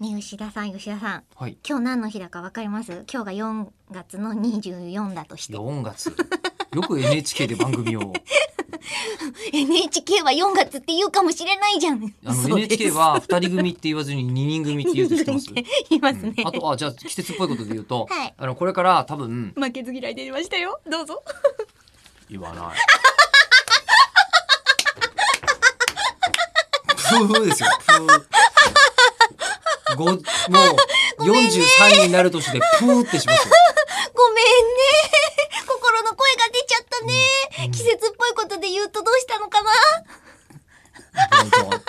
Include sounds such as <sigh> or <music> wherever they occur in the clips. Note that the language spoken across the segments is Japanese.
ねえ吉田さん吉田さんはい。今日何の日だかわかります今日が4月の24だとして4月。よく NHK で番組 <laughs> を。 NHK は4月って言うかもしれないじゃんあそのうです。NHK は2人組って言わずに2人組って言うとしてます <laughs> 言いますね、うんあと、あ、じゃあ季節っぽいことで言うと、はいあの、これから多分、負けず嫌いで言いましたよどうぞ言わ <laughs> ない。ふうですよ。ふう。ご、もう、43になる年でプーってしますよ。ごめんね心の声が出ちゃったね、季節っぽいことで言うとどうしたのかな本当はえじゃあ今日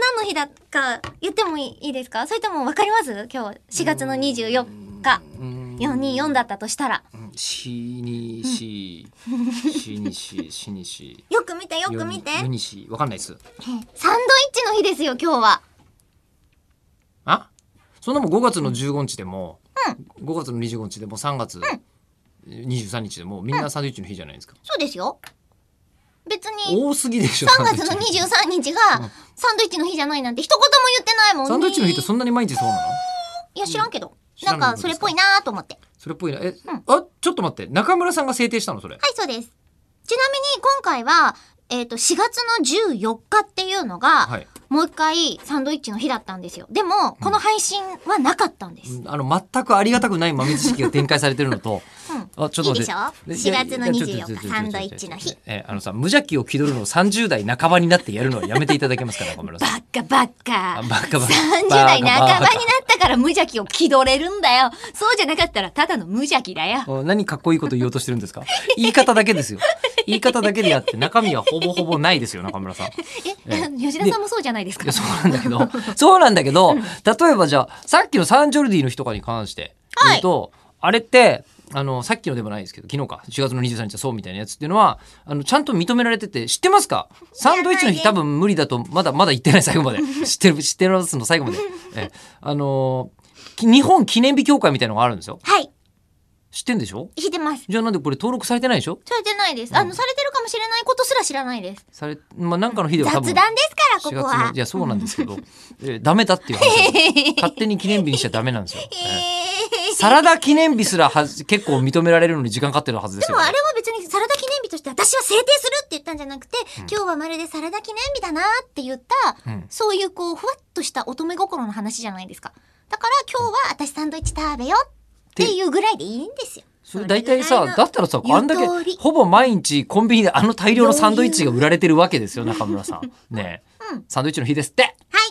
何の日だか言ってもいいですかそれともわかります今日4月の24日うん424だったとしたらうんしにし、しにし、しにし。よく見てよく見て、よにし、わかんないです。サンドイッチの日ですよ今日はあそんなもん5月の15日でも、5月の25日でも3月23日でもみんなサンドイッチの日じゃないですか、そうですよ別に多すぎでしょ3月サのンドイッチ23日がサンドイッチの日じゃないなんて一言も言ってないもんねサンドイッチの日ってそんなに毎日そうなのいや知らんけど、知らなんんけかどそれっぽいなと思ってそれっぽいなえ、あちょっと待って中村さんが制定したのそれはい、そうです。ちなみに今回は、えっ、と、4月の14日っていうのが、はいもう一回サンドイッチの日だったんですよ。でも、この配信はなかったんです。うんあの全くありがたくない豆知識が展開されてるのとうあちょっと待っていいでしょいや4月のいやち24日ょっとちょっとちょっとサンドイッチの日えあのさ無邪気を気取るのを30代半ばになってやるのはやめていただけますか中村さバんッカバッあカ。バカバカ30代半ばになったから無邪気を気取れるんだよ。そうじゃなかったらただの無邪気だよ。お何かっこいいこと言おうとしてるんですか <laughs> 言い方だけです <laughs> よ言い方だけでやって中身はほぼほぼないですよ中村さ <laughs> んいえ、え吉田さんもそうじゃないですかや。そうなんだけど <laughs> そうなんだけど例えばじゃあさっきのサンジョルディの日とかに関して言うと、あれってあのさっきのでもないですけど昨日か4月の23日はそうみたいなやつっていうのはあのちゃんと認められてて知ってますかサンドイッチの日知ら多な分無理だとまだまだ言ってない最後まで <laughs> 知ってる知ってますの最後までえあのき日本記念日協会みたいなのがあるんですよはい、知ってんでしょ引いてます。じゃあなんでこれ登録されてないでしょされてないです。あの、されてるかもしれないことすら知らないです。され、まあ、なんかの日では雑多談で分すから、こ4こ月はのい。やそうなんです <laughs> けど、えーダメだっていう話なんですよ勝手に記念日にしちゃダメなん <laughs> ですよ、ええーーサラダ記念日すらはず結構認められるのに時間かかってるはずですでよもあれは別にサラダ記念日として私は制定するって言ったんじゃなくて、今日はまるでサラダ記念日だなって言った、うんそういうこう、ふわっとした乙女心の話じゃないですか。だから今日は私サンドイッチ食べよっていうぐらいでいいんですよ。それ大体さだったらさあんだけ言う通りほぼ毎日コンビニであの大量のサンドイッチが売られてるわけですよ中村さんねえ、うんサンドイッチの日ですっては